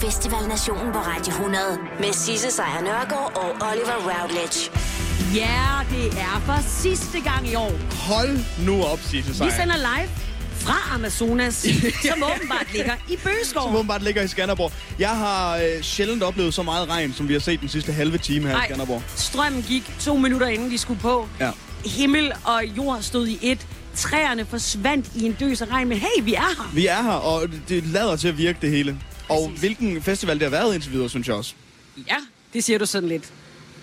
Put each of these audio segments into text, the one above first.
Festival Nationen på Radio 100 med Sisse Sejr Nørgaard og Oliver Routledge. Ja, det er for sidste gang i år. Hold nu op, Sisse Sejr. Vi sender live fra Amazonas, som åbenbart ligger i som Bøgeskov. åbenbart ligger i Skanderborg. Jeg har øh, sjældent oplevet så meget regn, som vi har set den sidste halve time her i Skanderborg. strømmen gik to minutter inden de skulle på. Ja. Himmel og jord stod i et. Træerne forsvandt i en døs af regn, men hey, vi er her. Vi er her, og det lader til at virke det hele. Og Præcis. hvilken festival det har været indtil videre, synes jeg også. Ja, det siger du sådan lidt.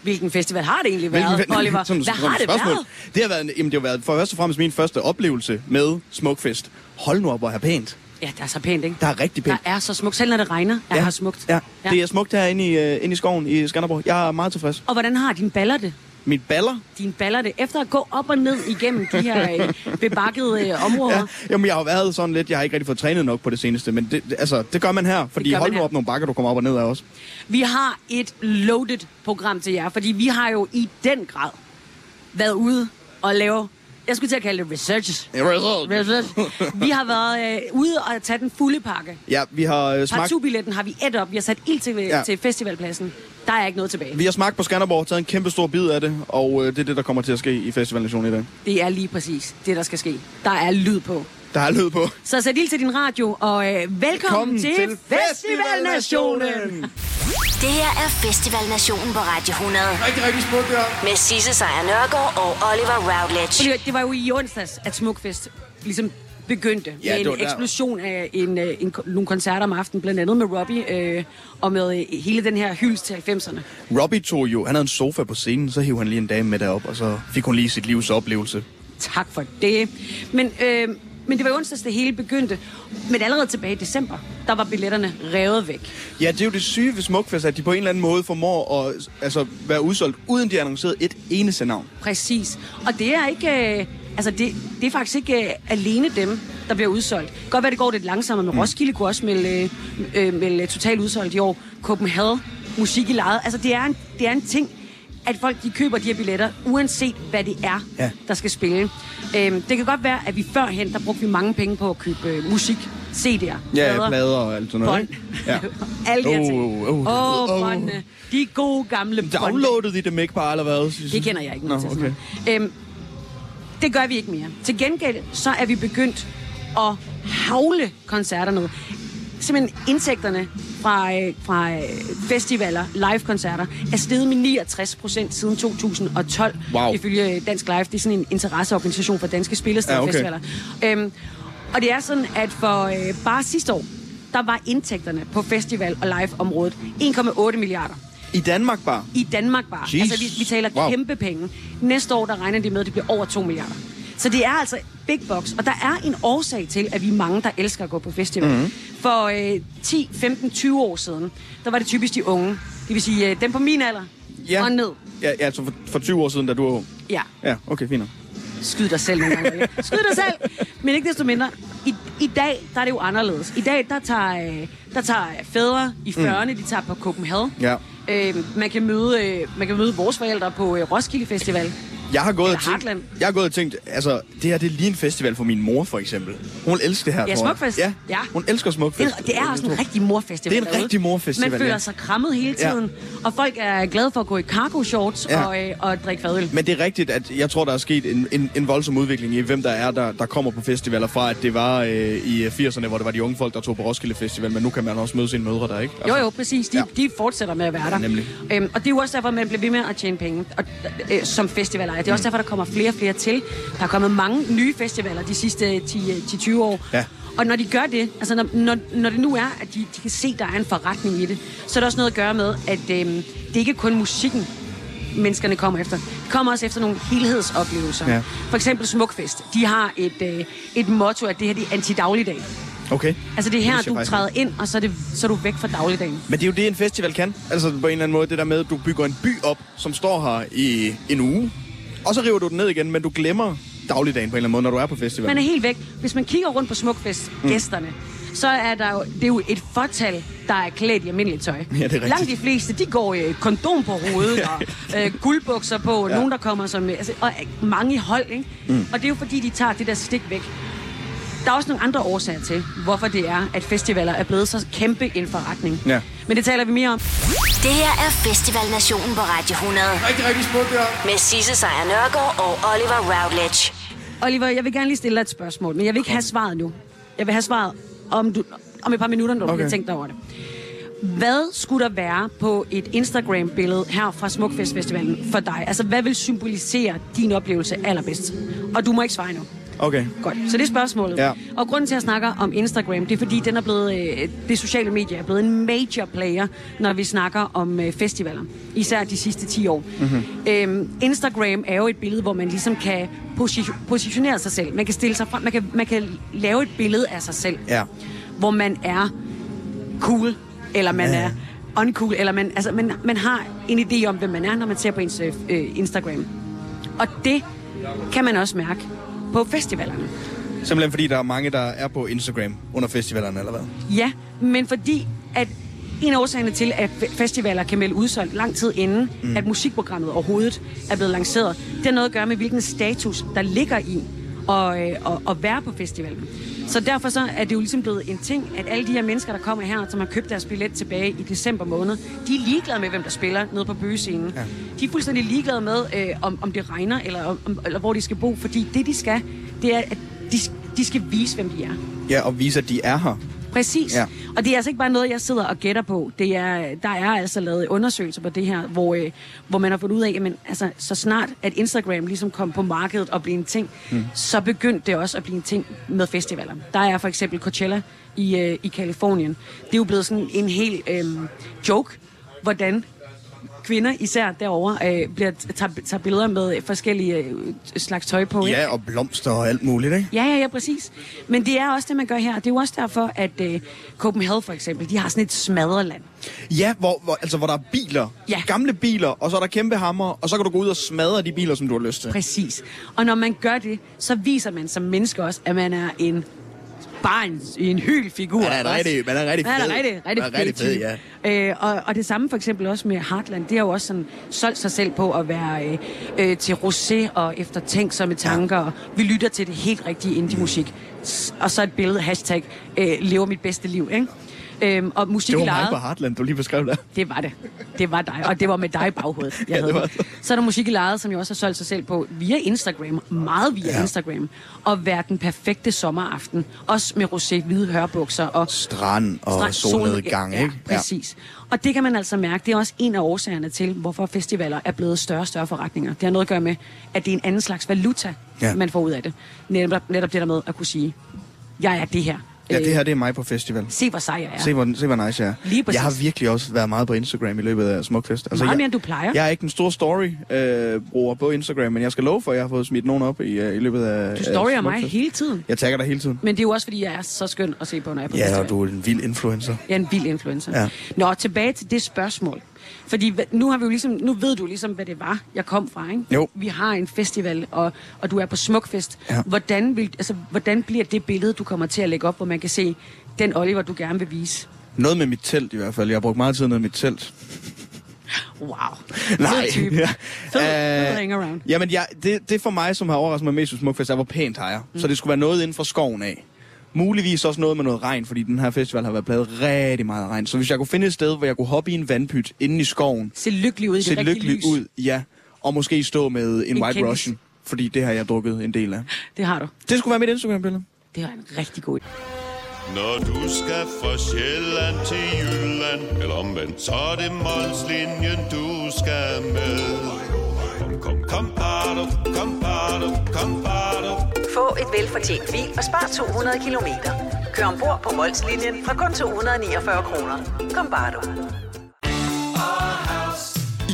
Hvilken festival har det egentlig været, Hvilken fe- Oliver? Sådan et Hvad har det spørgsmål. været? Det har været, en- jamen, det har været for først og fremmest min første oplevelse med Smukfest. Hold nu op, hvor er her pænt. Ja, der er så pænt, ikke? Der er rigtig Der pænt. er så smukt. Selv når det regner, der er her smukt. Ja. ja, det er smukt herinde i, øh, inde i skoven i Skanderborg. Jeg er meget tilfreds. Og hvordan har dine baller det? Mit baller? Dine baller det? Efter at gå op og ned igennem de her øh, bebakkede øh, områder. Ja, jamen, jeg har jo været sådan lidt, jeg har ikke rigtig fået trænet nok på det seneste, men det, det- altså, det gør man her, fordi gør man hold nu her. op nogle bakker, du kommer op og ned af også. Vi har et loaded program til jer, fordi vi har jo i den grad været ude og lave, jeg skulle til at kalde det research. research. Vi har været øh, ude og tage den fulde pakke. Ja, vi har øh, smagt, Partubilletten har vi et op. Vi har sat ild til, Ja. ja. til festivalpladsen. Der er ikke noget tilbage. vi har smagt på Skanderborg, taget en kæmpe stor bid af det, og øh, det er det, der kommer til at ske i festivalen i dag. Det er lige præcis det, der skal ske. Der er lyd på. Der er lyd på. Så sæt ild til din radio, og øh, velkommen, velkommen til, til Festivalnationen! Det her er Festival Nationen på Radio 100 Rigtig, rigtig smukt det her. med Sisse Sejr Nørgaard og Oliver Routledge. Oliver, det var jo i onsdags, at Smukfest ligesom begyndte Ja, med det var en der. eksplosion af en, øh, en, ko- nogle koncerter om aftenen, blandt andet med Robbie, øh, og med øh, hele den her hyldest til 90'erne. Robbie tog jo, han havde en sofa på scenen, så hiv han lige en dame med derop, og så fik hun lige sit livs oplevelse. Tak for det. Men, øh, men det var i onsdags, det hele begyndte. Men allerede tilbage i december, der var billetterne revet væk. Ja, det er jo det syge ved Smukfest, at de på en eller anden måde formår at altså, være udsolgt, uden de annoncerede et eneste navn. Præcis. Og det er ikke... Øh, altså, det, det er faktisk ikke øh, alene dem, der bliver udsolgt. Godt være, det går lidt langsommere, Mm. men Roskilde kunne også melde, øh, øh, melde totalt udsolgt i år. Copenhagen, musik i lejet. Altså, det er, en, det er en ting, at folk de køber de her billetter, uanset hvad det er, Ja. ja. der skal spille. Øhm, det kan godt være, at vi førhen, der brugte vi mange penge på at købe øh, musik, CD'er, Ja, ja, plader og alt sådan noget. bånd, ikke? ja. Ja. alle de her Åh, ting. åh, åh, Åh, åh. båndene. De gode gamle bånd. Downloadede de dem ikke bare, eller hvad? Sisse? Det kender jeg ikke Nå, noget til. okay. Sådan noget. Øhm, det gør vi ikke mere. Til gengæld, så er vi begyndt at havle koncerter ned. Simpelthen indtægterne fra, øh, fra øh, festivaler, live-koncerter, er steget med 69 procent siden 2012, Wow. ifølge øh, Dansk Live. Det er sådan en interesseorganisation for danske spillesteder og Ja, okay. festivaler. Øhm, og det er sådan, at for øh, bare sidste år, der var indtægterne på festival- og live-området 1,8 milliarder I Danmark bare. i Danmark bare. Jeez. Altså, vi, vi taler Wow. wow. kæmpe penge. Næste år, der regner det med, at det bliver over 2 milliarder. Så det er altså big box, og der er en årsag til, at vi er mange, der elsker at gå på festival. Mm-hmm. For øh, 10, 15, 20 år siden, der var det typisk de unge. Det vil sige, øh, dem på min alder ja. og ned. Ja, ja altså for, for 20 år siden, da du var ung. Ja, Ja, okay, fint. nok. skyd dig selv nogle gange. Rikke. Skyd dig selv! Men ikke desto mindre, i, i dag, der er det jo anderledes. I dag, der tager, øh, der tager fædre i 40'erne, mm. de tager på Copenhagen. Ja. Øh, man, kan møde, øh, man kan møde vores forældre på øh, Roskilde Festival. Jeg har gået, og Eller tænkt, Heartland. jeg har gået og tænkt, altså, det her det er lige en festival for min mor, for eksempel. Hun elsker det her, Ja, tror jeg. Smukfest. Ja, Ja. hun elsker Det Smukfest. er, det er også en rigtig morfestival. Det er en derude. rigtig morfestival, Man føler ja. sig krammet hele Ja. tiden, ja. og folk er glade for at gå i cargo shorts Ja. ja. og, øh, og drikke fadøl. Men det er rigtigt, at jeg tror, der er sket en, en, en voldsom udvikling i, hvem der er, der, der kommer på festivaler fra, at det var øh, i 80'erne, hvor det var de unge folk, der tog på Roskilde Festival, men nu kan man også møde sine mødre der, ikke? Jo, jo, præcis. De, Ja. ja. de fortsætter med at være der. nemlig. Øhm, og det er jo også derfor, at man bliver ved med at tjene penge og, øh, som festivalejer. Det er Mm. også derfor, der kommer flere og flere til. Der er kommet mange nye festivaler de sidste 10-20 år. Ja. Og når de gør det, altså når, når, når det nu er, at de, de kan se, at der er en forretning i det, så er der også noget at gøre med, at øhm, det ikke er kun musikken, menneskerne kommer efter. De kommer også efter nogle helhedsoplevelser. Ja. For eksempel Smukfest. De har et, øh, et motto, at det her det er antidagligdag. Okay. Altså det er her, vidste jeg du faktisk træder ind, og så er, det, så er du væk fra dagligdagen. Men det er jo det, en festival kan. Altså på en eller anden måde, det der med, at du bygger en by op, som står her i en uge, og så river du den ned igen, men du glemmer dagligdagen på en eller anden måde, når du er på festival. Man er helt væk. Hvis man kigger rundt på Smukfest, mm. gæsterne, så er der jo, det er jo et fortal, der er klædt i almindeligt tøj. er rigtigt. Langt de fleste, de går øh, kondom på hovedet og øh, guldbukser på. Ja. Ja. Nogen, der kommer som... øh, Altså, og øh, mange i hold, ikke? Mm. Og det er jo fordi, de tager det der stik væk. Der er også nogle andre årsager til, hvorfor det er, at festivaler er blevet så kæmpe en forretning. Ja. Men det taler vi mere om. Det her er Festival Nationen på Radio 100 Rigtig, rigtig smukt, det her. med Sisse Sejr Nørgaard og Oliver Routledge. Oliver, jeg vil gerne lige stille dig et spørgsmål, men jeg vil ikke have svaret nu. Jeg vil have svaret om, du, om et par minutter, når du okay. Okay. har tænkt dig over det. Hvad skulle der være på et Instagram-billede her fra Smukfest Festivalen for dig? Altså, hvad vil symbolisere din oplevelse allerbedst? Og du må ikke svare endnu. Okay. Godt, så det er spørgsmålet. Ja. Og grunden til, at jeg snakker om Instagram, det er fordi, den er blevet, øh, det sociale medie er blevet en major player, når vi snakker om øh, festivaler. Især de sidste 10 år. Mm-hmm. Mhm. Øhm, Instagram er jo et billede, hvor man ligesom kan posi- positionere sig selv. Man kan stille sig frem, man kan, man kan lave et billede af sig selv. Ja. Hvor man er cool, eller man er uncool, eller man, altså, man, man har en idé om, hvem man er, når man ser på ens øh, øh, Instagram. Og det kan man også mærke på festivalerne. Simpelthen fordi der er mange, der er på Instagram under festivalerne, eller hvad? Ja, men fordi at en af årsagerne til, at fe- festivaler kan melde udsolgt lang tid inden, mm. at musikprogrammet overhovedet er blevet lanceret, det har noget at gøre med, hvilken status der ligger i at, øh, at, at være på festivalen. Så derfor så er det jo ligesom blevet en ting, at alle de her mennesker, der kommer her, som har købt deres billet tilbage i december måned, de er ligeglade med, hvem der spiller nede på bøgescenen. Ja. De er fuldstændig ligeglade med, øh, om, om det regner, eller, om, eller hvor de skal bo, fordi det, de skal, det er, at de, de skal vise, hvem de er. Ja, og vise, at de er her. Præcis. Ja. Ja. Og det er altså ikke bare noget, jeg sidder og gætter på. Det er, der er altså lavet undersøgelser på det her, hvor, øh, hvor man har fundet ud af, at altså, så snart at Instagram ligesom kom på markedet og blev en ting, mm. så begyndte det også at blive en ting med festivaler. Der er for eksempel Coachella i, øh, i Kalifornien. Det er jo blevet sådan en hel øh, joke, hvordan kvinder især derovre øh, bliver, tager, tager billeder med forskellige øh, slags tøj på. ikke? Ja, og blomster og alt muligt, ikke? Ja, ja, ja, præcis. Men det er også det, man gør her. Det er jo også derfor, at øh, Copenhagen for eksempel, de har sådan et smadreland. Ja, hvor, hvor, altså, hvor der er biler. Ja. Gamle biler, og så er der kæmpe hammer, og så kan du gå ud og smadre de biler, som du har lyst til. Præcis. Og når man gør det, så viser man som menneske også, at man er en bare en, en hyl figur. Man er også. rigtig- man er rigtig Man er fed. rigtig, rigtig, Man er rigtig fed, type. Øh, og, og det samme for eksempel også med Heartland. Det har jo også sådan, solgt sig selv på at være øh, øh, til rosé og eftertænksomme tanker. Og vi lytter til det helt rigtige indie-musik. S- Og så et billede, hashtag, øh, lever mit bedste liv. Ikke? Øhm, og musik Det var i mig lejet- på Heartland, du lige beskrev der. det var det. Det var dig, og det var med dig i baghovedet. Jeg Ja, det havde var det. det. Så er der musik i lejet, som jeg også har solgt sig selv på via Instagram, meget via ja. Ja. Instagram, og være den perfekte sommeraften, også med rosé, hvide hørbukser og Strand og strand- solnedgang, ja, ikke? Ja, præcis. Og det kan man altså mærke, det er også en af årsagerne til, hvorfor festivaler er blevet større og større forretninger. Det har noget at gøre med, at det er en anden slags valuta, ja. Ja. man får ud af det. Netop, netop det der med at kunne sige, jeg er det her. Ja, Øh, det her, det er mig på festival. Se, hvor sej jeg er. Se, hvor, se, hvor nice jeg er. Lige præcis. jeg har virkelig også været meget på Instagram i løbet af Smukfest. Altså, Meget jeg, mere, end du plejer. Jeg er ikke en stor story-bruger øh, bruger på Instagram, men jeg skal love for, at jeg har fået smidt nogen op i, øh, i løbet af Du af storyer mig Smukfest. hele tiden. Jeg tagger dig hele tiden. Men det er jo også, fordi jeg er så skøn at se på, når jeg er på Ja, festival. og du er en vild influencer. Jeg er en vild influencer. Ja. Ja. Nå, tilbage til det spørgsmål. Fordi hva- nu, har vi jo ligesom, nu ved du ligesom, hvad det var, jeg kom fra, ikke? Jo. Vi har en festival, og, og du er på Smukfest. Ja. Hvordan, vil, altså, hvordan bliver det billede, du kommer til at lægge op, hvor man kan se den Oliver, du gerne vil vise? Noget med mit telt i hvert fald. Jeg har brugt meget tid med mit telt. Wow. Nej. Fed type. Ja. Fed, Øh, fed hangaround. Jamen, jeg, det, det for mig, som har overrasket mig mest ved Smukfest, er, hvor pænt har jeg. Mm. Så det skulle være noget inden for skoven af. Muligvis også noget med noget regn, fordi den her festival har været pladet rigtig meget af regn. Så hvis jeg kunne finde et sted, hvor jeg kunne hoppe i en vandpyt inde i skoven, Se lykkelig ud i det se rigtige lykkelig lys. ud, ja, og måske stå med en, En en white Guinness. russian, fordi det har jeg drukket en del af. Det har du. Det skulle være mit Instagram-billede. Det er en rigtig god idé. Når du skal fra Sjælland til Jylland Eller omvendt, så er det Molslinjen, du skal med Kom, kom, kom, bado, kom, bado, kom, bado. Få et velfortjent bil og spar 200 kilometer. Kør ombord på Molslinjen fra kun 249 kroner. Kom bare du. I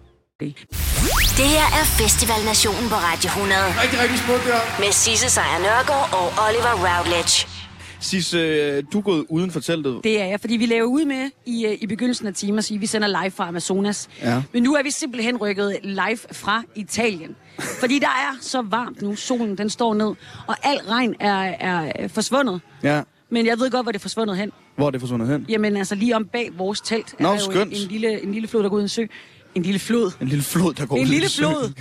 Det her er Festival Nationen på Radio 100. Rigtig, rigtig smukt, ja. Med Sisse Sejr Nørgaard og Oliver Routledge. Sis, øh, du er gået uden for teltet. Det er jeg, fordi vi laver ud med i, øh, i begyndelsen af timer, sige, vi sender live fra Amazonas. Ja. Men nu er vi simpelthen rykket live fra Italien. Fordi der er så varmt nu, solen den står ned, og al regn er, er forsvundet. Ja. Men jeg ved godt, hvor det er forsvundet hen. Hvor er det forsvundet hen? Jamen altså lige om bag vores telt Nå, er der jo en, skønt. en, lille, en lille flod, der går ud i en sø. En lille flod. En lille flod, der går en ud i lille søen. flod,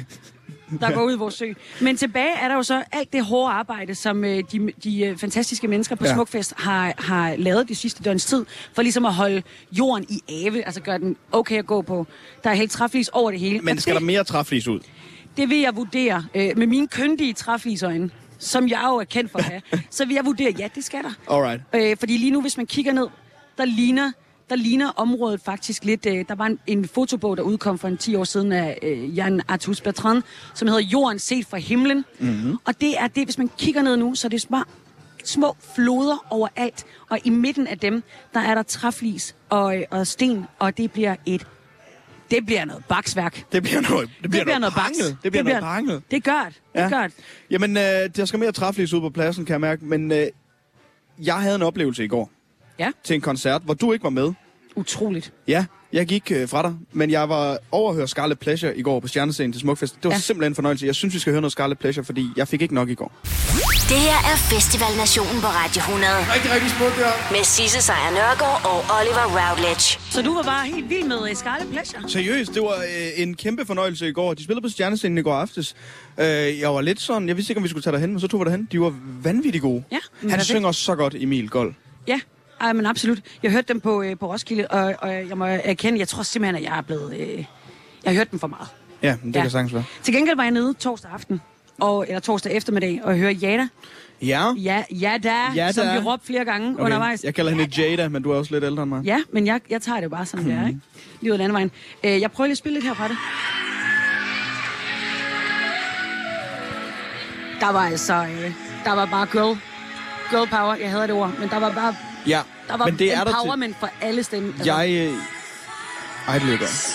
der går ud i vores sø. Men tilbage er der jo så alt det hårde arbejde, som øh, de, de øh, fantastiske mennesker på Ja. ja. Smukfest har, har lavet de sidste døgns tid, for ligesom at holde jorden i ave, altså gøre den okay at gå på. Der er helt træflis over det hele. Men Og skal der det, mere træflis ud? det vil jeg vurdere øh, med mine kyndige træflisøjne, som jeg jo er kendt for at have. så vil jeg vurdere, ja, det skal der. Alright. Øh, fordi lige nu, hvis man kigger ned, der ligner, der ligner området faktisk lidt... Øh, der var en, en fotobog, der udkom for en 10 år siden af øh, Jan Artus Bertrand, som hedder Jorden set fra himlen. Mm-hmm. Og det er det, hvis man kigger ned nu, så er det små, små floder overalt. Og i midten af dem, der er der træflis og, øh, og sten, og det bliver et... Det bliver noget baksværk. Det Det bliver noget, det bliver noget, baks. panget. Det bliver noget panget. Det gør det. Det Ja. gør det. Jamen, øh, der skal mere træflis ud på pladsen, kan jeg mærke. Men øh, jeg havde en oplevelse i går Ja, til en koncert, hvor du ikke var med. utroligt. Ja, jeg gik øh, fra dig, men jeg var over at høre Scarlet Pleasure i går på Stjernescenen til Smukfest. Det var ja. Ja. simpelthen en fornøjelse. Jeg synes, vi skal høre noget Scarlet Pleasure, fordi jeg fik ikke nok i går. Det her er Festival Nationen på Radio 100. Rigtig, rigtig smukt, ja. Med Sisse Sejr Nørgaard og Oliver Routledge. Så du var bare helt vild med øh, Scarlet Pleasure? Seriøst, det var øh, en kæmpe fornøjelse i går. De spillede på Stjernescenen i går aftes. Øh, jeg var lidt sådan, jeg vidste ikke, om vi skulle tage derhen, men så tog vi derhen. De var vanvittigt gode. Ja, Han perfekt. synger så godt, Emil Gold. Ja, ej, men absolut. Jeg hørte dem på, øh, på Roskilde, og, og jeg må erkende, jeg tror simpelthen, at jeg er blevet... Øh, jeg har hørt dem for meget. Ja, men det ja. kan sagtens være. Til gengæld var jeg nede torsdag aften, og, eller torsdag eftermiddag, og hørte Jada. Ja. Ja, Jada, Jada. Jada, som vi råbte flere gange okay. undervejs. Jeg kalder hende Jada, men du er også lidt ældre end mig. Ja, men jeg, jeg tager det jo bare som det er, ikke? Mhm. Livet af landevejen. Øh, jeg prøver lige at spille lidt her fra det. Der var altså... Øh, der var bare girl, girl power. Jeg hader det ord, men der var bare... ja. Der var men det er der til. empowerment for alle stemmer. Altså, Jeg... Øh... Ej, det lyder godt.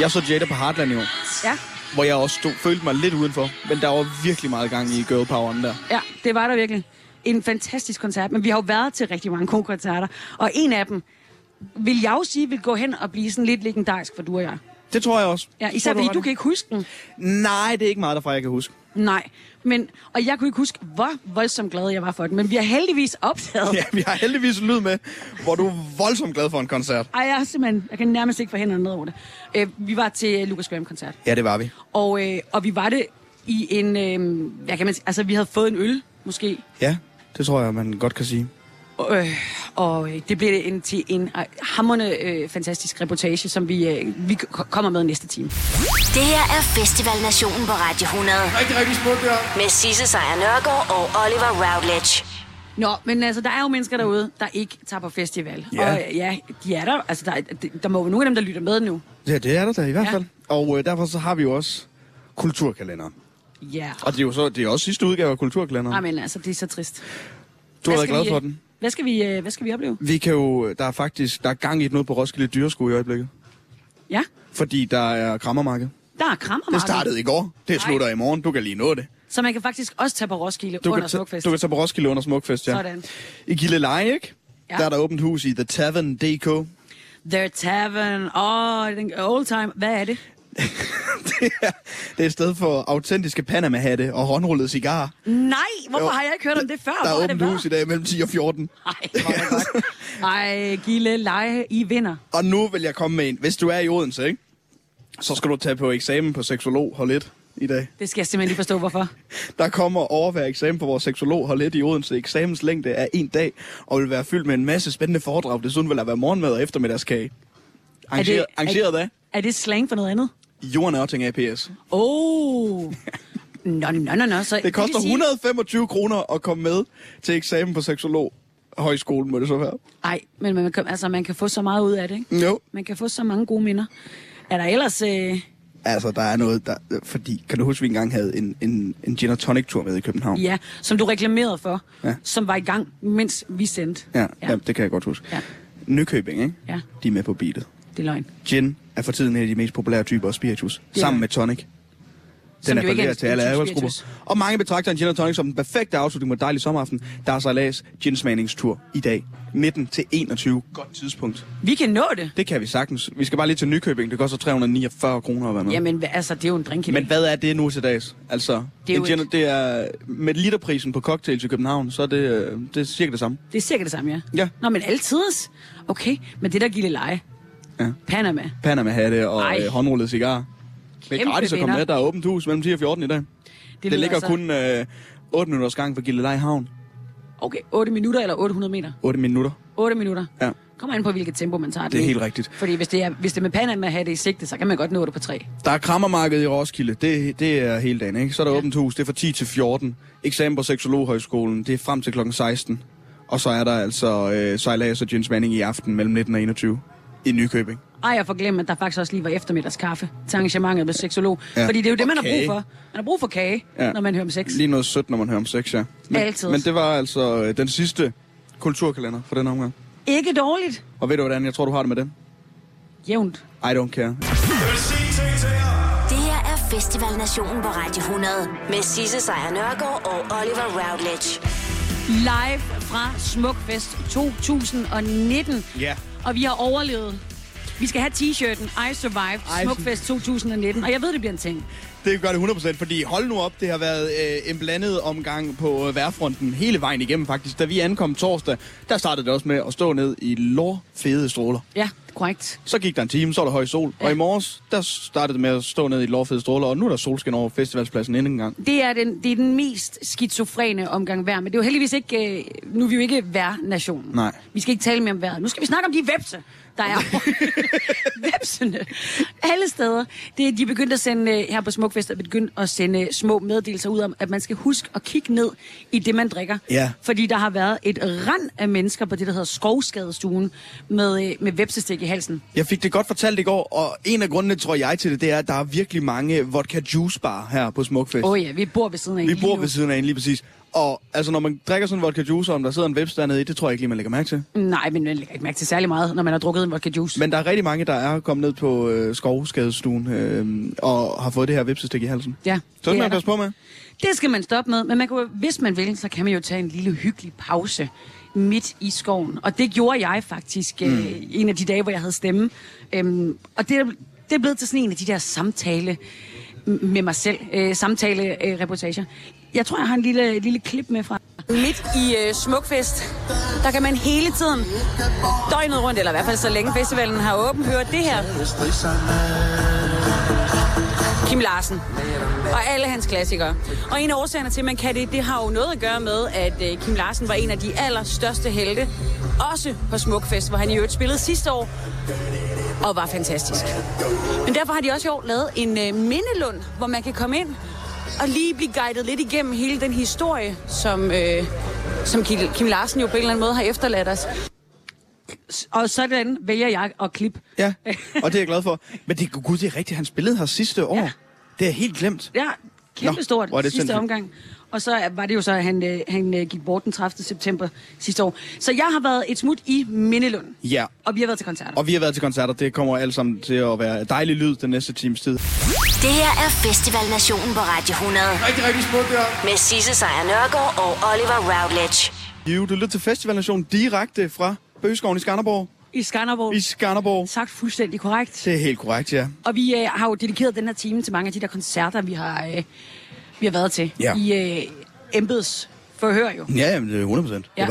Jeg så Jada på Heartland i år, Ja, hvor jeg også stod, følte mig lidt udenfor. Men der var virkelig meget gang i girl poweren der. ja, det var der virkelig. En fantastisk koncert, men vi har jo været til rigtig mange gode koncerter. Og en af dem, vil jeg jo sige, vil gå hen og blive sådan lidt legendarisk for du og jeg. Det tror jeg også. Ja, især Tror fordi ret du i? kan ikke huske den. Nej, det er ikke meget derfra, jeg kan huske. Nej, men, og jeg kunne ikke huske, hvor voldsomt glad jeg var for den. Men vi har heldigvis opdaget. Ja, vi har heldigvis en lyd med, hvor du er voldsomt glad for en koncert. Ej, jeg, er simpelthen, jeg kan nærmest ikke få hænderne ned over det. Øh, vi var til øh, Lucas Graham-koncert. Ja, det var vi. Og, øh, og vi var det i en... Øh, hvad kan man sige? Altså, vi havde fået en øl, måske. Ja, det tror jeg, man godt kan sige. Øh, og øh, det bliver en, til en øh, hammerne øh, fantastisk reportage, som vi, øh, vi k- kommer med næste time. Det her er Festival Nationen på Radio 100. Rigtig, rigtig smukt, ja. Med Sisse Sejr Nørgaard og Oliver Routledge. Nå, men altså, der er jo mennesker derude, der ikke tager på festival. Ja. Og øh, ja, de er der. Altså, der, er- der, der må jo nogle af dem, der lytter med nu. Ja, det er der da i hvert Ja. fald. Og øh, derfor så har vi jo også kulturkalenderen. Ja. Og det er jo så, det er også sidste udgave af kulturkalenderen. Ej, men altså, det er så trist. du har Hvad været skal glad vi, for øh, den. Hvad skal vi, øh, hvad skal vi opleve? Vi kan jo, der er faktisk, der er gang i noget på Roskilde Dyresko i øjeblikket. Ja, Fordi der er krammermarked. der er krammermarked. Det startede i går. Det slutter i morgen. Du kan lige nå det. Så man kan faktisk også tage på Roskilde Du under kan, tage, Smukfest. du kan tage på Roskilde under Smukfest, ja. Sådan. I Gilleleje, ikke? Ja. Der er der åbent hus i The Tavern DK. The Tavern, åh, oh, den old time. Hvad er det? det, er, det er et sted for autentiske Panama-hatte og håndrullede cigarer. Nej, hvorfor Jo. har jeg ikke hørt om det før? Der er Hvor åbent det hus i dag mellem 10 og 14. Ej, hvor er det godt. Ej, Gille, leje, I vinder. Og nu vil jeg komme med en. Hvis du er i Odense, ikke? Så skal du tage på eksamen på seksolog. Hold lidt i dag. Det skal jeg simpelthen lige forstå, hvorfor. Der kommer overvær eksamen på vores seksolog hold lidt i Odense. Eksamens længde er en dag, og vil være fyldt med en masse spændende foredrag. Desuden vil der være morgenmad og eftermiddagskage. Arrangeret, er, arrangeret af Er det slang for noget andet? Jorden Ørting APS. Oh. Nå, nå, nå, nå. Så Det koster vil sige- 125 kroner at komme med til eksamen på seksolog. højskolen, må det så være. Nej, men man kan, altså, man kan få så meget ud af det, ikke? Jo. Man kan få så mange gode minder. Er der ellers... Øh... Altså, der er noget, der... Fordi, kan du huske, vi engang havde en, en, en gin og tonic-tur med i København? Ja, som du reklamerede for, Ja. ja. som var i gang, mens vi sendte. Ja, ja. ja det kan jeg godt huske. Ja. Nykøbing, ikke? Ja. De er med på beatet. Det er løgn. Gin er for tiden en af de mest populære typer af spiritus, Ja. ja. sammen med tonic. Som Den jo ikke er appellerer en til alle spiritus, alkoholgrupper. spiritus. Og mange betragter en gin og tonic som den perfekte afslutning mod en dejlig sommeraften. Der er sejlads ginsmagningstur i dag. 19 til 21. Godt tidspunkt. Vi kan nå det. Det kan vi sagtens. Vi skal bare lige til Nykøbing. Det koster 349 kroner at være med. Jamen, hva- altså, det er jo en drink i Men dag. hvad er det nu til dags? Altså, Det det er er, jo en gin, et- det er med literprisen på cocktails i København, så er det, øh, det er cirka det samme. Det er cirka det samme, ja. Ja. Nå, men altids. Okay, men det der gilde leje. Ja. Panama. Panama hatte Ej. og øh, håndrullede cigar. Det er Kæmpe gratis at komme vinder. med. Der er åbent hus mellem 10 og 14 i dag. Det, lyder det ligger altså- altså... kun øh, 8 minutters gang fra Gilleleje Havn. Okay, 8 minutter eller 800 meter? 8 minutter. 8 minutter. Ja. Kommer an på, hvilket tempo man tager Det er i. helt rigtigt. Fordi hvis det er, hvis det er med Panama at have det i sigte, så kan man godt nå det på 3. Der er krammermarked i Roskilde. Det, det er hele dagen, ikke? Så er der ja. åbent hus. Det er fra 10 til 14. Eksamen på Seksologehøjskolen. Det er frem til klokken 16. Og så er der altså øh, sejlads og Jens Manning i aften mellem 19 og 21 i Nykøbing. Ej, jeg får glemt, at der faktisk også lige var eftermiddagskaffe til arrangementet med seksolog. Ja. Ja. Fordi det er jo det, Og man har brug kage. for. Man har brug for kage, ja. Ja. når man hører om sex. Lige noget sødt, når man hører om sex, ja. Altid. Men det var altså øh, den sidste kulturkalender for den omgang. Ikke dårligt. Og ved du hvordan? Jeg tror, du har det med den. Jævnt. I don't care. Det her er Festival Nationen på Radio 100 med Sisse Sejr Nørgaard og Oliver Routledge. Live fra Smukfest 2019. Ja. Og vi har overlevet. Vi skal have t-shirten I Survived Ej, Smukfest 2019. Og jeg ved, det bliver en ting. Det gør det 100%, fordi hold nu op, det har været øh, en blandet omgang på øh, værfronten hele vejen igennem faktisk. Da vi ankom torsdag, der startede det også med at stå ned i lårfede stråler. Ja, korrekt. Så gik der en time, så var der høj sol, ja. og i morges, der startede det med at stå ned i lårfede stråler, og nu er der solskin over festivalspladsen endnu en gang. Det er den, det er den mest skizofrene omgang vejr, men det er jo heldigvis ikke, øh, nu er vi jo ikke vejrnationen. Nej. Vi skal ikke tale mere om vejret. Nu skal vi snakke om de vepse, der er Vepsene. Alle steder. Det, er- de er begyndt at sende, øh, her på Smukfest, er begyndt at sende øh, små meddelelser ud om, at man skal huske at kigge ned i det, man drikker. Ja. Fordi der har været et rand af mennesker på det, der hedder skovskadestuen, med, øh, med vepsestik i halsen. Jeg fik det godt fortalt i går, og en af grundene, tror jeg til det, det er, at der er virkelig mange vodka juice bar her på Smukfest. Åh oh ja, vi bor ved siden af Vi lige bor nu. ved siden af en lige præcis. Og altså, når man drikker sådan en vodka juice, og om der sidder en webs dernede i, det tror jeg ikke lige, man lægger mærke til. Nej, men man lægger ikke mærke til særlig meget, når man har drukket en vodka juice. Men der er rigtig mange, der er kommet ned på øh, skovskadestuen øh, og har fået det her vipsestik i halsen. Ja, Så det det man er at passe der. på med. Det skal man stoppe med, men man kan, jo- hvis man vil, så kan man jo tage en lille hyggelig pause midt i skoven. Og det gjorde jeg faktisk mm. øh, en af de dage, hvor jeg havde stemme. Øhm, og det, er- det er blevet til sådan en af de der samtale m- med mig selv, øh, samtale-reportager. jeg tror, jeg har en lille, lille klip med fra. Midt i øh, Smukfest, der kan man hele tiden, døgnet rundt, eller i hvert fald så længe festivalen har åben, høre det her. Kim Larsen og alle hans klassikere. Og en af årsagerne til, at man kan det, det har jo noget at gøre med, at øh, Kim Larsen var en af de allerstørste helte, også på Smukfest, hvor han i øvrigt spillede sidste år, og var fantastisk. Men derfor har de også i år lavet en øh, mindelund, hvor man kan komme ind og lige blive guidet lidt igennem hele den historie, som, øh, som Kim- Kim Larsen jo på en eller anden måde har efterladt os. Og sådan vælger jeg at klippe. Ja, og det er jeg glad for. Men det, gud, det er rigtigt, han spillede her sidste år. Ja. Det er helt glemt. Ja, kæmpestort Nå, hvor er sidste det sindssygt. omgang. Og så var det jo så, at han, øh, han øh, gik bort den 30. september sidste år. Så jeg har været et smut i Mindelund, Ja, og vi har været til koncerter. og vi har været til koncerter. Det kommer alt sammen til at være dejlig lyd den næste times tid. Det her er Festival Nationen på Radio 100 Rigtig, rigtig smukt, ja. med Sisse Sejr Nørgaard og Oliver Routledge. Jo, du lytter til Festival Nation direkte fra Bøgeskoven i Skanderborg. I Skanderborg. I Skanderborg. Sagt fuldstændig korrekt. Det er helt korrekt, ja. Og vi øh, har jo dedikeret den her time til mange af de der koncerter, vi har, øh, vi har været til. Ja. I øh, embedsforhør jo. Ja, jamen, det er 100 procent. Ja.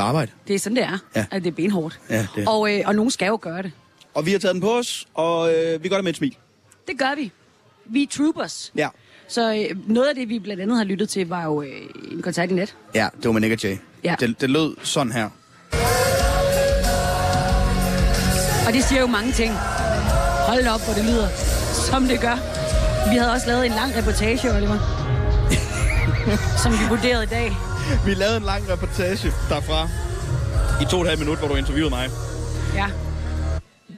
Det er sådan, det er. Ja. At det er benhårdt. Ja, det er. Og, øh, og nogen skal jo gøre det. Og vi har taget den på os, og øh, vi gør det med et smil. Det gør vi. Vi er troopers. Ja. Så øh, noget af det, vi blandt andet har lyttet til, var jo øh, en koncert i net. Ja, det var med Nick og Jay. Ja. Det, det lød sådan her. Og det siger jo mange ting. Hold da op, hvor det lyder, som det gør. Vi havde også lavet en lang reportage, Oliver. som vi vurderede i dag. Vi lavede en lang reportage derfra. i to og et halvt minut, hvor du interviewede mig. Ja.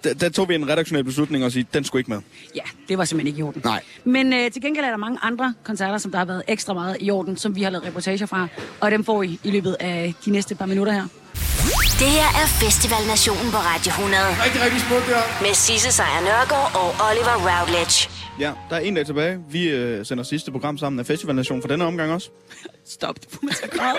Der, der tog vi en redaktionel beslutning og sige, den skulle ikke med. Ja, det var simpelthen ikke i orden. Nej. Men øh, til gengæld er der mange andre koncerter, som der har været ekstra meget i orden, som vi har lavet reportager fra, og dem får I i løbet af de næste par minutter her. Det her er Festival Nationen på Radio 100. Rigtig, rigtig smukt, ja. Med Sisse Sejr Nørgaard og Oliver Routledge. Ja, der er en dag tilbage. Vi øh, sender sidste program sammen af Festival Nation for denne omgang også. Stop, du får mig til at græde.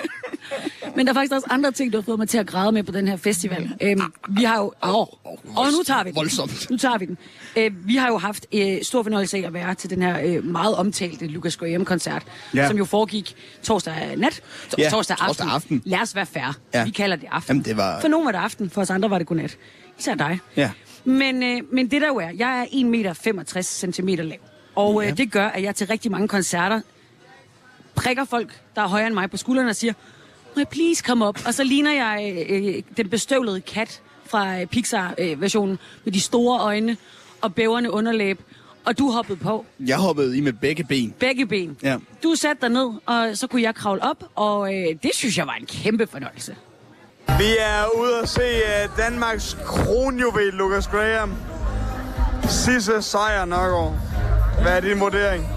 Men der er faktisk også andre ting, du har fået mig til at græde med på den her festival. Øhm, vi har jo... Åh, og nu tager vi den. Voldsomt. Nu tager vi den. Øh, vi har jo haft øh, stor fornøjelse af at være til den her øh, meget omtalte Lucas Graham-koncert, Ja. ja. som jo foregik torsdag nat. To- Ja, ja, torsdag, aften. torsdag aften. Lad os være færre. Ja. Ja. Vi kalder det aften. Jamen, det var- For nogen var det aften, for os andre var det godnat. Især dig. Ja. Men, øh, men det der jo er, jeg er 1,65 meter centimeter lav. Og øh, det gør, at jeg til rigtig mange koncerter prikker folk, der er højere end mig på skuldrene og siger, må jeg please komme op? Og så ligner jeg øh, øh, den bestøvlede kat fra øh, Pixar-versionen øh, med de store øjne og bæverne underlæb. Og du hoppede på Jeg hoppede i med begge ben. begge ben. Ja. Du satte dig ned, og så kunne jeg kravle op, og øh, det synes jeg var en kæmpe fornøjelse. Vi er ude at se uh, Danmarks kronjuvel, Lucas Graham. Sisse sejr Nørgaard. Hvad er din vurdering?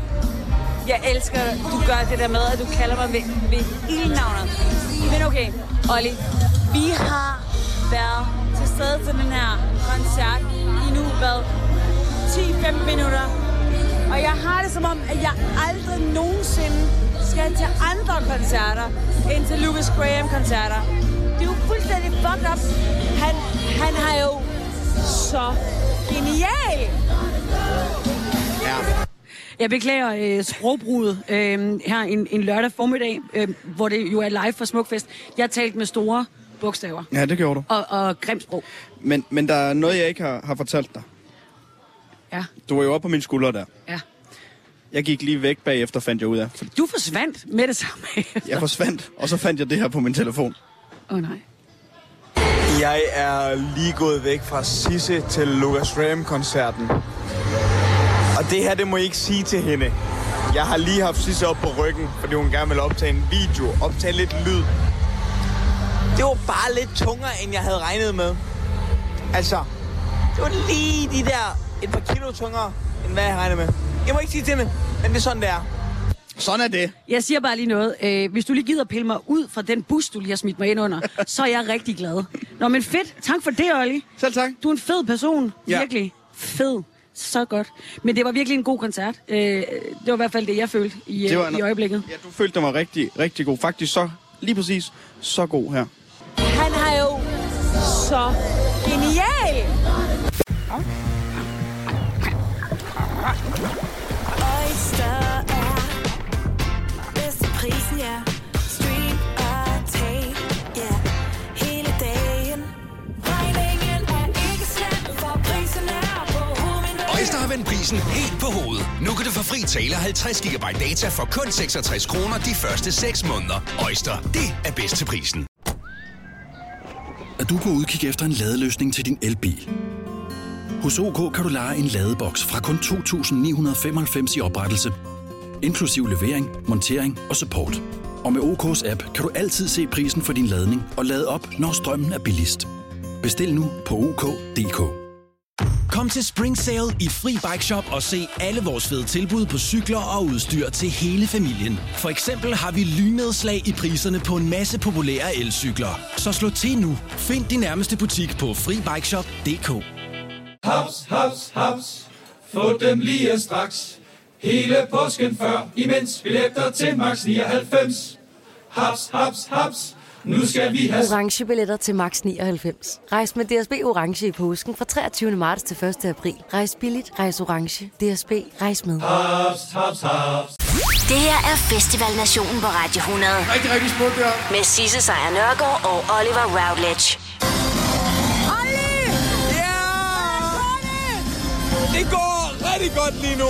Jeg elsker, du gør det der med, at du kalder mig ved, ved ildnavnet. Men okay, Olli, vi har været til stede til den her koncert i nu, hvad, 10-15 minutter. Og jeg har det som om, at jeg aldrig nogensinde skal til andre koncerter end til Lucas Graham-koncerter. Det er jo fuldstændig fucked up. Han, han har jo så genial Jeg beklager øh, sprogbruget øh, her en, en lørdag formiddag, øh, hvor det jo er live for Smukfest. Jeg talte med store bogstaver Ja, det gjorde du. og, og grimt sprog. Men, men der er noget, jeg ikke har, har fortalt dig. Ja. Du var jo oppe på mine skuldre der. Ja. Jeg gik lige væk bagefter, fandt jeg ud af. For Du forsvandt med det samme. jeg forsvandt, og så fandt jeg det her på min telefon. Åh oh, nej. Jeg er lige gået væk fra Sisse til Lucas Graham-koncerten. Og det her, det må I ikke sige til hende. Jeg har lige haft Sisse op på ryggen, fordi hun gerne ville optage en video, optage lidt lyd. Det var bare lidt tungere, end jeg havde regnet med. Altså, det var lige de der et par kilo tungere, end hvad jeg regnede med. Jeg må ikke sige til hende, men det er sådan, det er. Sådan er det. Jeg siger bare lige noget. Øh, hvis du lige gider pille mig ud fra den bus, du lige har smidt mig ind under, så er jeg rigtig glad. Nå, men fedt. Tak for det, Olli. Selv tak. Du er en fed person. Ja. Ja. Virkelig. Fed. Så godt. Men det var virkelig en god koncert. Øh, det var i hvert fald det, jeg følte i, Det det var en- i øjeblikket. Ja, du følte, den var rigtig, rigtig god. Faktisk så, lige præcis, så god her. Han har jo så genial. Oyster er bedst til prisen, ja. Stream og tag, ja. Hele dagen. Regningen er ikke slem, for prisen er på hovedet. Øjster har vendt prisen helt på hovedet. Nu kan du få fri tale 50 GB data for kun 66 kroner de første 6 måneder. Øjster, det er bedst til prisen. Er du på udkig efter en ladeløsning til din elbil? Hos OK kan du lege en ladeboks fra kun 2.995 i oprettelse, inklusiv levering, montering og support. Og med OK's app kan du altid se prisen for din ladning og lade op, når strømmen er billigst. Bestil nu på OK.dk. Kom til Spring Sale i Fri Bike Shop og se alle vores fede tilbud på cykler og udstyr til hele familien. For eksempel har vi lynedslag i priserne på en masse populære elcykler. Så slå til nu. Find din nærmeste butik på FriBikeShop.dk Haps, haps, haps. Få dem lige straks. Hele påsken før, imens billetter til max 99. Haps, haps, haps. Nu skal vi have... orange billetter til max 99. Rejs med DSB orange i påsken fra 23. marts til 1. april. Rejs billigt, rejs orange. DSB rejs med. Haps, haps, haps. Det her er Festival Nationen på Radio 100. Rigtig, rigtig smukt, ja. Med Sisse Sejr Nørgaard og Oliver Routledge. Det går rigtig godt lige nu.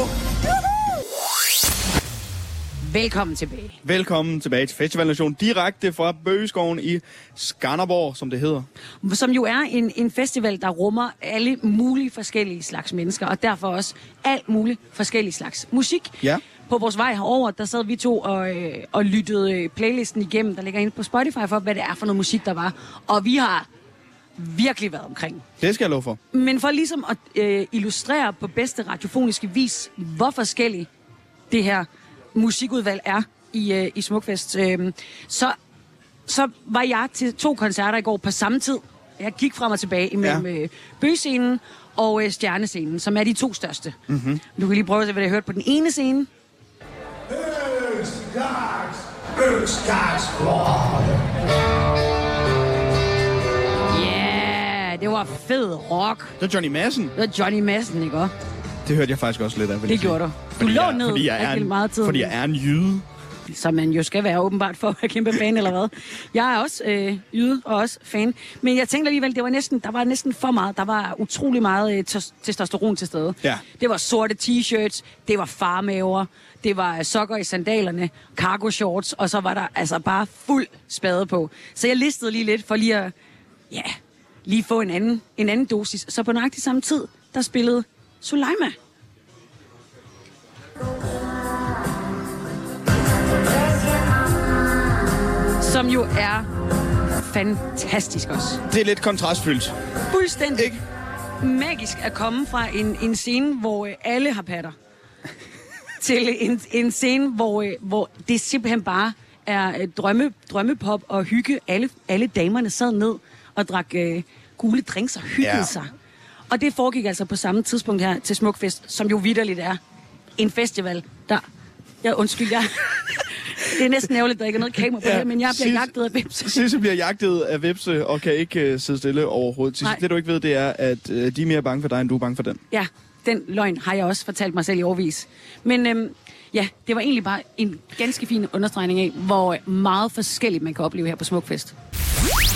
Velkommen tilbage. Velkommen tilbage til Festival Nation, direkte fra Bøgeskoven i Skanderborg, som det hedder. som jo er en, en festival, der rummer alle mulige forskellige slags mennesker, og derfor også alt muligt forskellige slags musik. Ja. på vores vej herover, der sad vi to og, øh, og lyttede øh, playlisten igennem, der ligger inde på Spotify, for hvad det er for noget musik, der var. Og vi har virkelig været omkring. Det skal jeg love for. Men for ligesom at øh, illustrere på bedste radiofoniske vis, hvor forskellig det her musikudvalg er i, øh, i Smukfest, øh, så, så var jeg til to koncerter i går på samme tid. Jeg gik frem og tilbage imellem ja. øh, bøgescenen og øh, stjernescenen, som er de to største. Mhm. Du kan lige prøve at se, hvad jeg hørte på den ene scene. Østgaards, Østgaards Brød. Ja, det var fed rock. Det var Johnny Madsen. Det var Johnny Madsen, ikke også? Det hørte jeg faktisk også lidt af. vil jeg Det sige. gjorde du. Du Fordi lå jeg- ned fordi jeg er rigtig en- meget tid. Fordi jeg er en jyde. Som man jo skal være åbenbart for at være kæmpe fan eller hvad. Jeg er også øh, yde og også fan. Men jeg tænkte alligevel, det var næsten, der var næsten for meget. Der var utrolig meget øh, tos- testosteron til stede. Ja. Det var sorte t-shirts, det var farmaver, det var øh, sokker i sandalerne, cargo shorts, og så var der altså bare fuld spade på. Så jeg listede lige lidt for lige at ja, lige få en anden, en anden dosis. Så på nøjagtig samme tid, der spillede Suleima. Som jo er fantastisk også. Det er lidt kontrastfyldt. Fuldstændig Ikke? magisk at komme fra en, en scene, hvor øh, alle har patter, til en, en scene, hvor, øh, hvor det simpelthen bare er øh, drømme, drømmepop og hygge. Alle, alle damerne sad ned og drak øh, gule drinks og hyggede Ja. ja. sig. Og det foregik altså på samme tidspunkt her til Smukfest, som jo vidderligt er en festival, der... Jeg undskyld, jeg... det er næsten ærgerligt, der ikke er noget kamera på ja, Ja, her, men jeg bliver Sis- jagtet af vipse. Sisse bliver jagtet af vipse og kan ikke uh, sidde stille overhovedet. Sisse, Nej. det du ikke ved, det er, at uh, de er mere bange for dig, end du er bange for dem. Ja, den løgn har jeg også fortalt mig selv i overvis. Men øhm, ja, det var egentlig bare en ganske fin understregning af, hvor meget forskelligt man kan opleve her på Smukfest.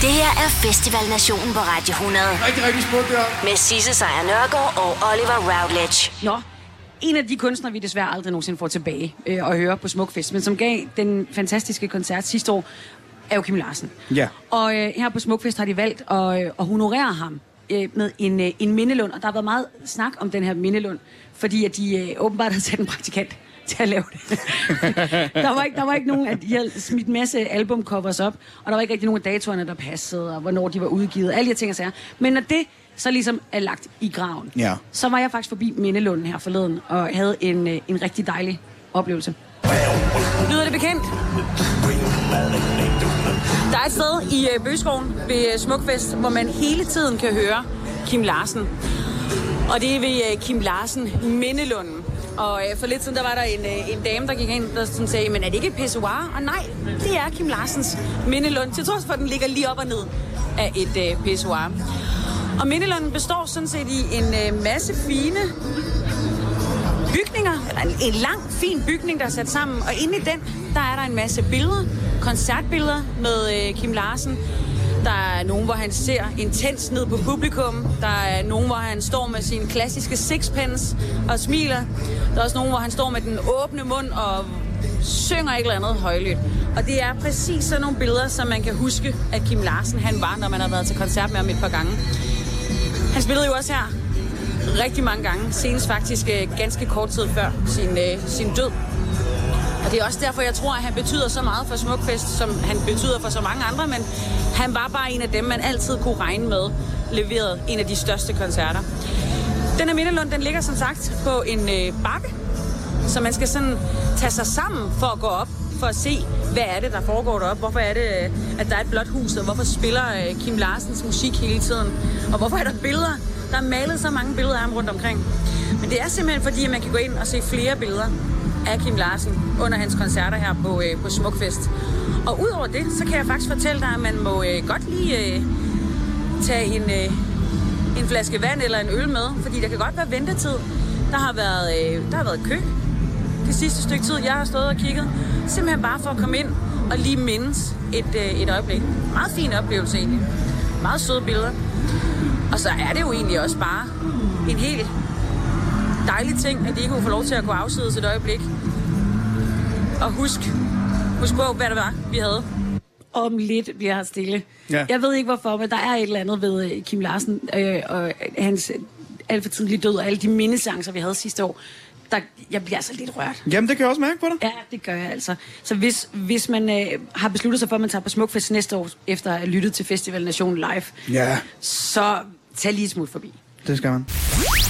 Det her er Festival Nationen på Radio 100. Rigtig, rigtig smukt, ja. Med Sisse Sejr Nørgaard og Oliver Routledge. Nå, en af de kunstnere, vi desværre aldrig nogensinde får tilbage øh, og høre på Smukfest, men som gav den fantastiske koncert sidste år, er jo Kim Larsen. Ja. Og øh, her på Smukfest har de valgt at, øh, at honorere ham øh, med en, øh, en mindelund. Og der har været meget snak om den her mindelund, fordi at de øh, åbenbart har sat en praktikant til at lave det. der, var ikke, der var ikke nogen, at de havde smidt en masse albumcovers op, og der var ikke rigtig nogen af datorerne, der passede, og hvornår de var udgivet, alle de her ting og sager. Men når det så ligesom er lagt i graven, Ja. så var jeg faktisk forbi Mindelunden her forleden, og havde en, øh, en rigtig dejlig oplevelse. Lyder det bekendt? Der er et sted i øh, Bøgeskoven ved øh, Smukfest, hvor man hele tiden kan høre Kim Larsen. Og det er ved øh, Kim Larsen Mindelunden. Og øh, for lidt siden, der var der en, øh, en dame, der gik ind og sådan sagde, men er det ikke et pissoir? Og nej, det er Kim Larsens Mindelund. Til trods for, at den ligger lige op og ned af et øh, pissoir. Og Mindelunden består sådan set i en øh, masse fine bygninger, eller en, en lang, fin bygning, der er sat sammen. Og inde i den, der er der en masse billeder, koncertbilleder med øh, Kim Larsen. Der er nogen, hvor han ser intens ned på publikum. Der er nogen, hvor han står med sin klassiske sixpence og smiler. Der er også nogen, hvor han står med den åbne mund og synger et eller andet højlydt. Og det er præcis sådan nogle billeder, som man kan huske, at Kim Larsen han var, når man har været til koncert med ham et par gange. Han spillede jo også her rigtig mange gange, senest faktisk øh, ganske kort tid før sin, øh, sin død. Og det er også derfor, jeg tror, at han betyder så meget for Smukfest, som han betyder for så mange andre, men han var bare en af dem, man altid kunne regne med, leverede en af de største koncerter. Den her Mindelund, den ligger som sagt på en øh, bakke, så man skal sådan tage sig sammen for at gå op, for at se, hvad er det, der foregår deroppe. Hvorfor er det, øh, at der er et blåt hus, og hvorfor spiller øh, Kim Larsens musik hele tiden? Og hvorfor er der billeder? Der er malet så mange billeder af ham rundt omkring. Men det er simpelthen fordi, at man kan gå ind og se flere billeder af Kim Larsen under hans koncerter her på, øh, på Smukfest. Og udover det, så kan jeg faktisk fortælle dig, at man må øh, godt lige øh, tage en, øh, en flaske vand eller en øl med, fordi der kan godt være ventetid. Der har været, øh, der har været kø det sidste stykke tid, jeg har stået og kigget, simpelthen bare for at komme ind og lige mindes et, øh, et øjeblik. Meget fin oplevelse egentlig. Meget søde billeder. Og så er det jo egentlig også bare en helt dejlig ting, at de ikke kunne få lov til at gå afsides et øjeblik. Og husk, husk på, hvad det var, vi havde. Om lidt bliver her stille. Ja. Jeg ved ikke hvorfor, men der er et eller andet ved øh, Kim Larsen øh, og hans alt for tidlige død og alle de mindesancer, vi havde sidste år. der, jeg bliver altså lidt rørt. Jamen, det kan jeg også mærke på dig. Ja, det gør jeg altså. Så hvis, hvis man øh, har besluttet sig for, at man tager på Smukfest næste år, efter at have lyttet til Festival Nation Live, Ja, så tag lige et smut forbi. det skal man.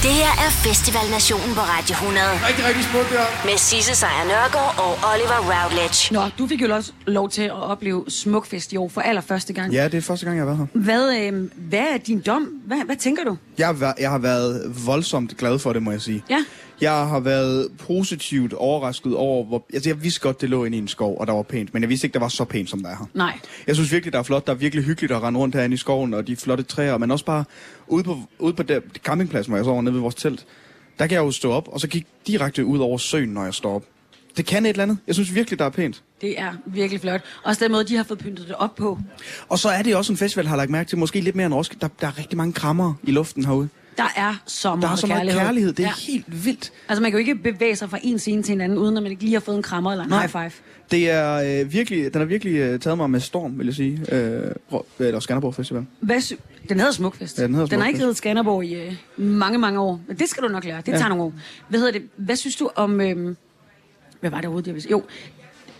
Det her er Festival Nationen på Radio 100. Rigtig, rigtig smukt, ja. Med Sisse Sejr Nørgaard og Oliver Routledge. Nå, du fik jo også lov til at opleve Smukfest i år for allerførste gang. Ja, det er første gang, jeg har været her. Hvad, øh, hvad er din dom? Hvad, hvad tænker du? Jeg har, væ- jeg har været voldsomt glad for det, må jeg sige. Ja. Jeg har været positivt overrasket over, hvor... Altså, jeg vidste godt, det lå inde i en skov, og der var pænt, men jeg vidste ikke, der var så pænt, som der er her. Nej. Jeg synes virkelig, der er flot. Der er virkelig hyggeligt at rende rundt herinde i skoven, og de flotte træer, men også bare ude på, ude på der campingpladsen, hvor jeg sover nede ved vores telt. Der kan jeg jo stå op, og så gik direkte ud over søen, når jeg står op. Det kan et eller andet. Jeg synes virkelig, der er pænt. Det er virkelig flot. Også den måde, de har fået pyntet det op på. Og så er det også en festival, har jeg lagt mærke til, måske lidt mere end Roskilde. Der, der er rigtig mange krammer i luften herude. Der er så meget, Der er så meget kærlighed. kærlighed. Det er helt vildt. Altså, man kan jo ikke bevæge sig fra en scene til en anden, uden at man ikke lige har fået en krammer eller en Nej. high five. Det er øh, virkelig, den har virkelig øh, taget mig med storm, vil jeg sige. Øh, Rå- eller Skanderborg Festival. Hvad sy- den hedder Smukfest. Ja, den hedder den har Smukfest. ikke heddet Skanderborg i øh, mange, mange år. Men det skal du nok lære. Det Ja. tager nogle år. Hvad hedder det? Hvad synes du om... Øh, hvad var det overhovedet, jeg ville sige? Jo,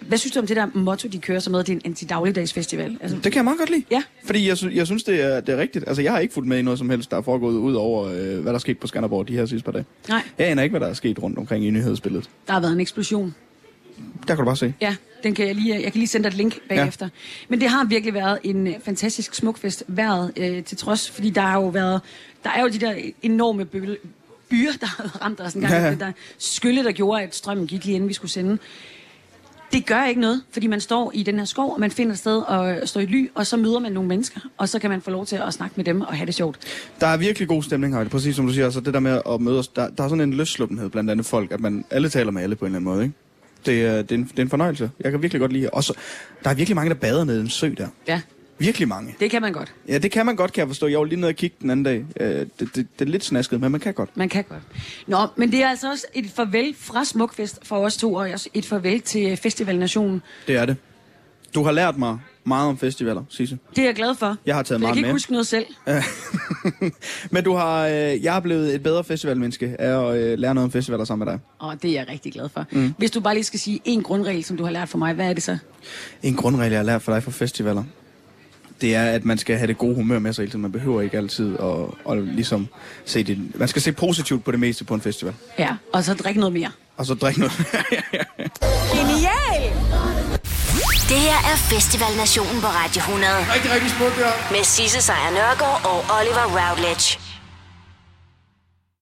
hvad synes du om det der motto, de kører sig med, at det er en antidagligdags festival? Altså, Det kan jeg meget godt lide. Ja. Fordi jeg, sy- jeg synes, det er, det er rigtigt. Altså, jeg har ikke fulgt med i noget som helst, der er foregået ud over, øh, hvad der er sket på Skanderborg de her sidste par dage. nej, Jeg aner ikke, hvad der er sket rundt omkring i nyhedsbilledet. der har været en eksplosion. Der kan du bare se. Ja, den kan jeg, lige, jeg kan lige sende dig et link bagefter. Ja. Men det har virkelig været en øh, fantastisk smukfest været øh, til trods, fordi der har jo været, der er jo de der enorme bøl, byer, der har ramt os en gang. Ja, ja. Ja. Der skylle, der gjorde, at strømmen gik lige inden vi skulle sende. Det gør ikke noget, fordi man står i den her skov, og man finder et sted at stå i ly, og så møder man nogle mennesker, og så kan man få lov til at snakke med dem og have det sjovt. Der er virkelig god stemning her, præcis som du siger. Altså, det der med at mødes, der, der er sådan en løssluppenhed blandt andet folk, at man alle taler med alle på en eller anden måde, ikke? Det, er, det, er en, det er en fornøjelse. Jeg kan virkelig godt lide. Og så, der er virkelig mange, der bader ned i en sø der. Ja, Virkelig mange. det kan man godt. Ja, det kan man godt, kan jeg forstå. Jeg var lige nede og kigge den anden dag. Øh, det, det, det er lidt snasket, men man kan godt. Man kan godt. Nå, men det er altså også et farvel fra Smukfest for os to, og også et farvel til Festival Nationen. Det er det. Du har lært mig meget om festivaler, Sisse. Det er jeg glad for. Jeg har taget For jeg meget kan ikke med. huske noget selv. Men du har, øh, jeg er blevet et bedre festivalmenneske af at øh, lære noget om festivaler sammen med dig. Og det er jeg rigtig glad for. Mm. Mm. Hvis du bare lige skal sige en grundregel, som du har lært for mig, hvad er det så? En grundregel, jeg har lært for dig fra festivaler, det er, at man skal have det gode humør med sig hele tiden. Man behøver ikke altid at, at ligesom se det. Man skal se positivt på det meste på en festival. Ja, og så drik noget mere. Og så drikke noget. Genial! Det her er Festival Nationen på Radio 100. Rigtig, rigtig smukt, ja. Med Sisse Sejr Nørgaard og Oliver Routledge.